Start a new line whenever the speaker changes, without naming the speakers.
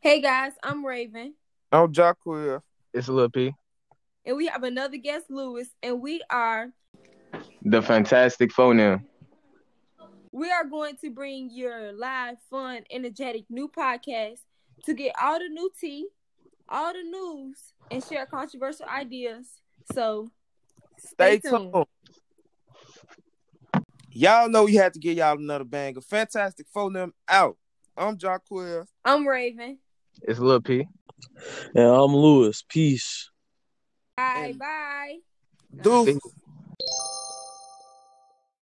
Hey guys, I'm Raven,
I'm Jacquel.
It's a little P.
and we have another guest, Lewis, and we are
The fantastic phone
we are going to bring your live, fun, energetic new podcast to get all the new tea, all the news, and share controversial ideas. So
Stay tuned. Y'all know we had to get y'all another banger. Fantastic for them out. I'm Jacquel.
I'm Raven.
It's a little P.
And I'm Lewis. Peace.
Bye
And-
bye.
Deuce.
Peace.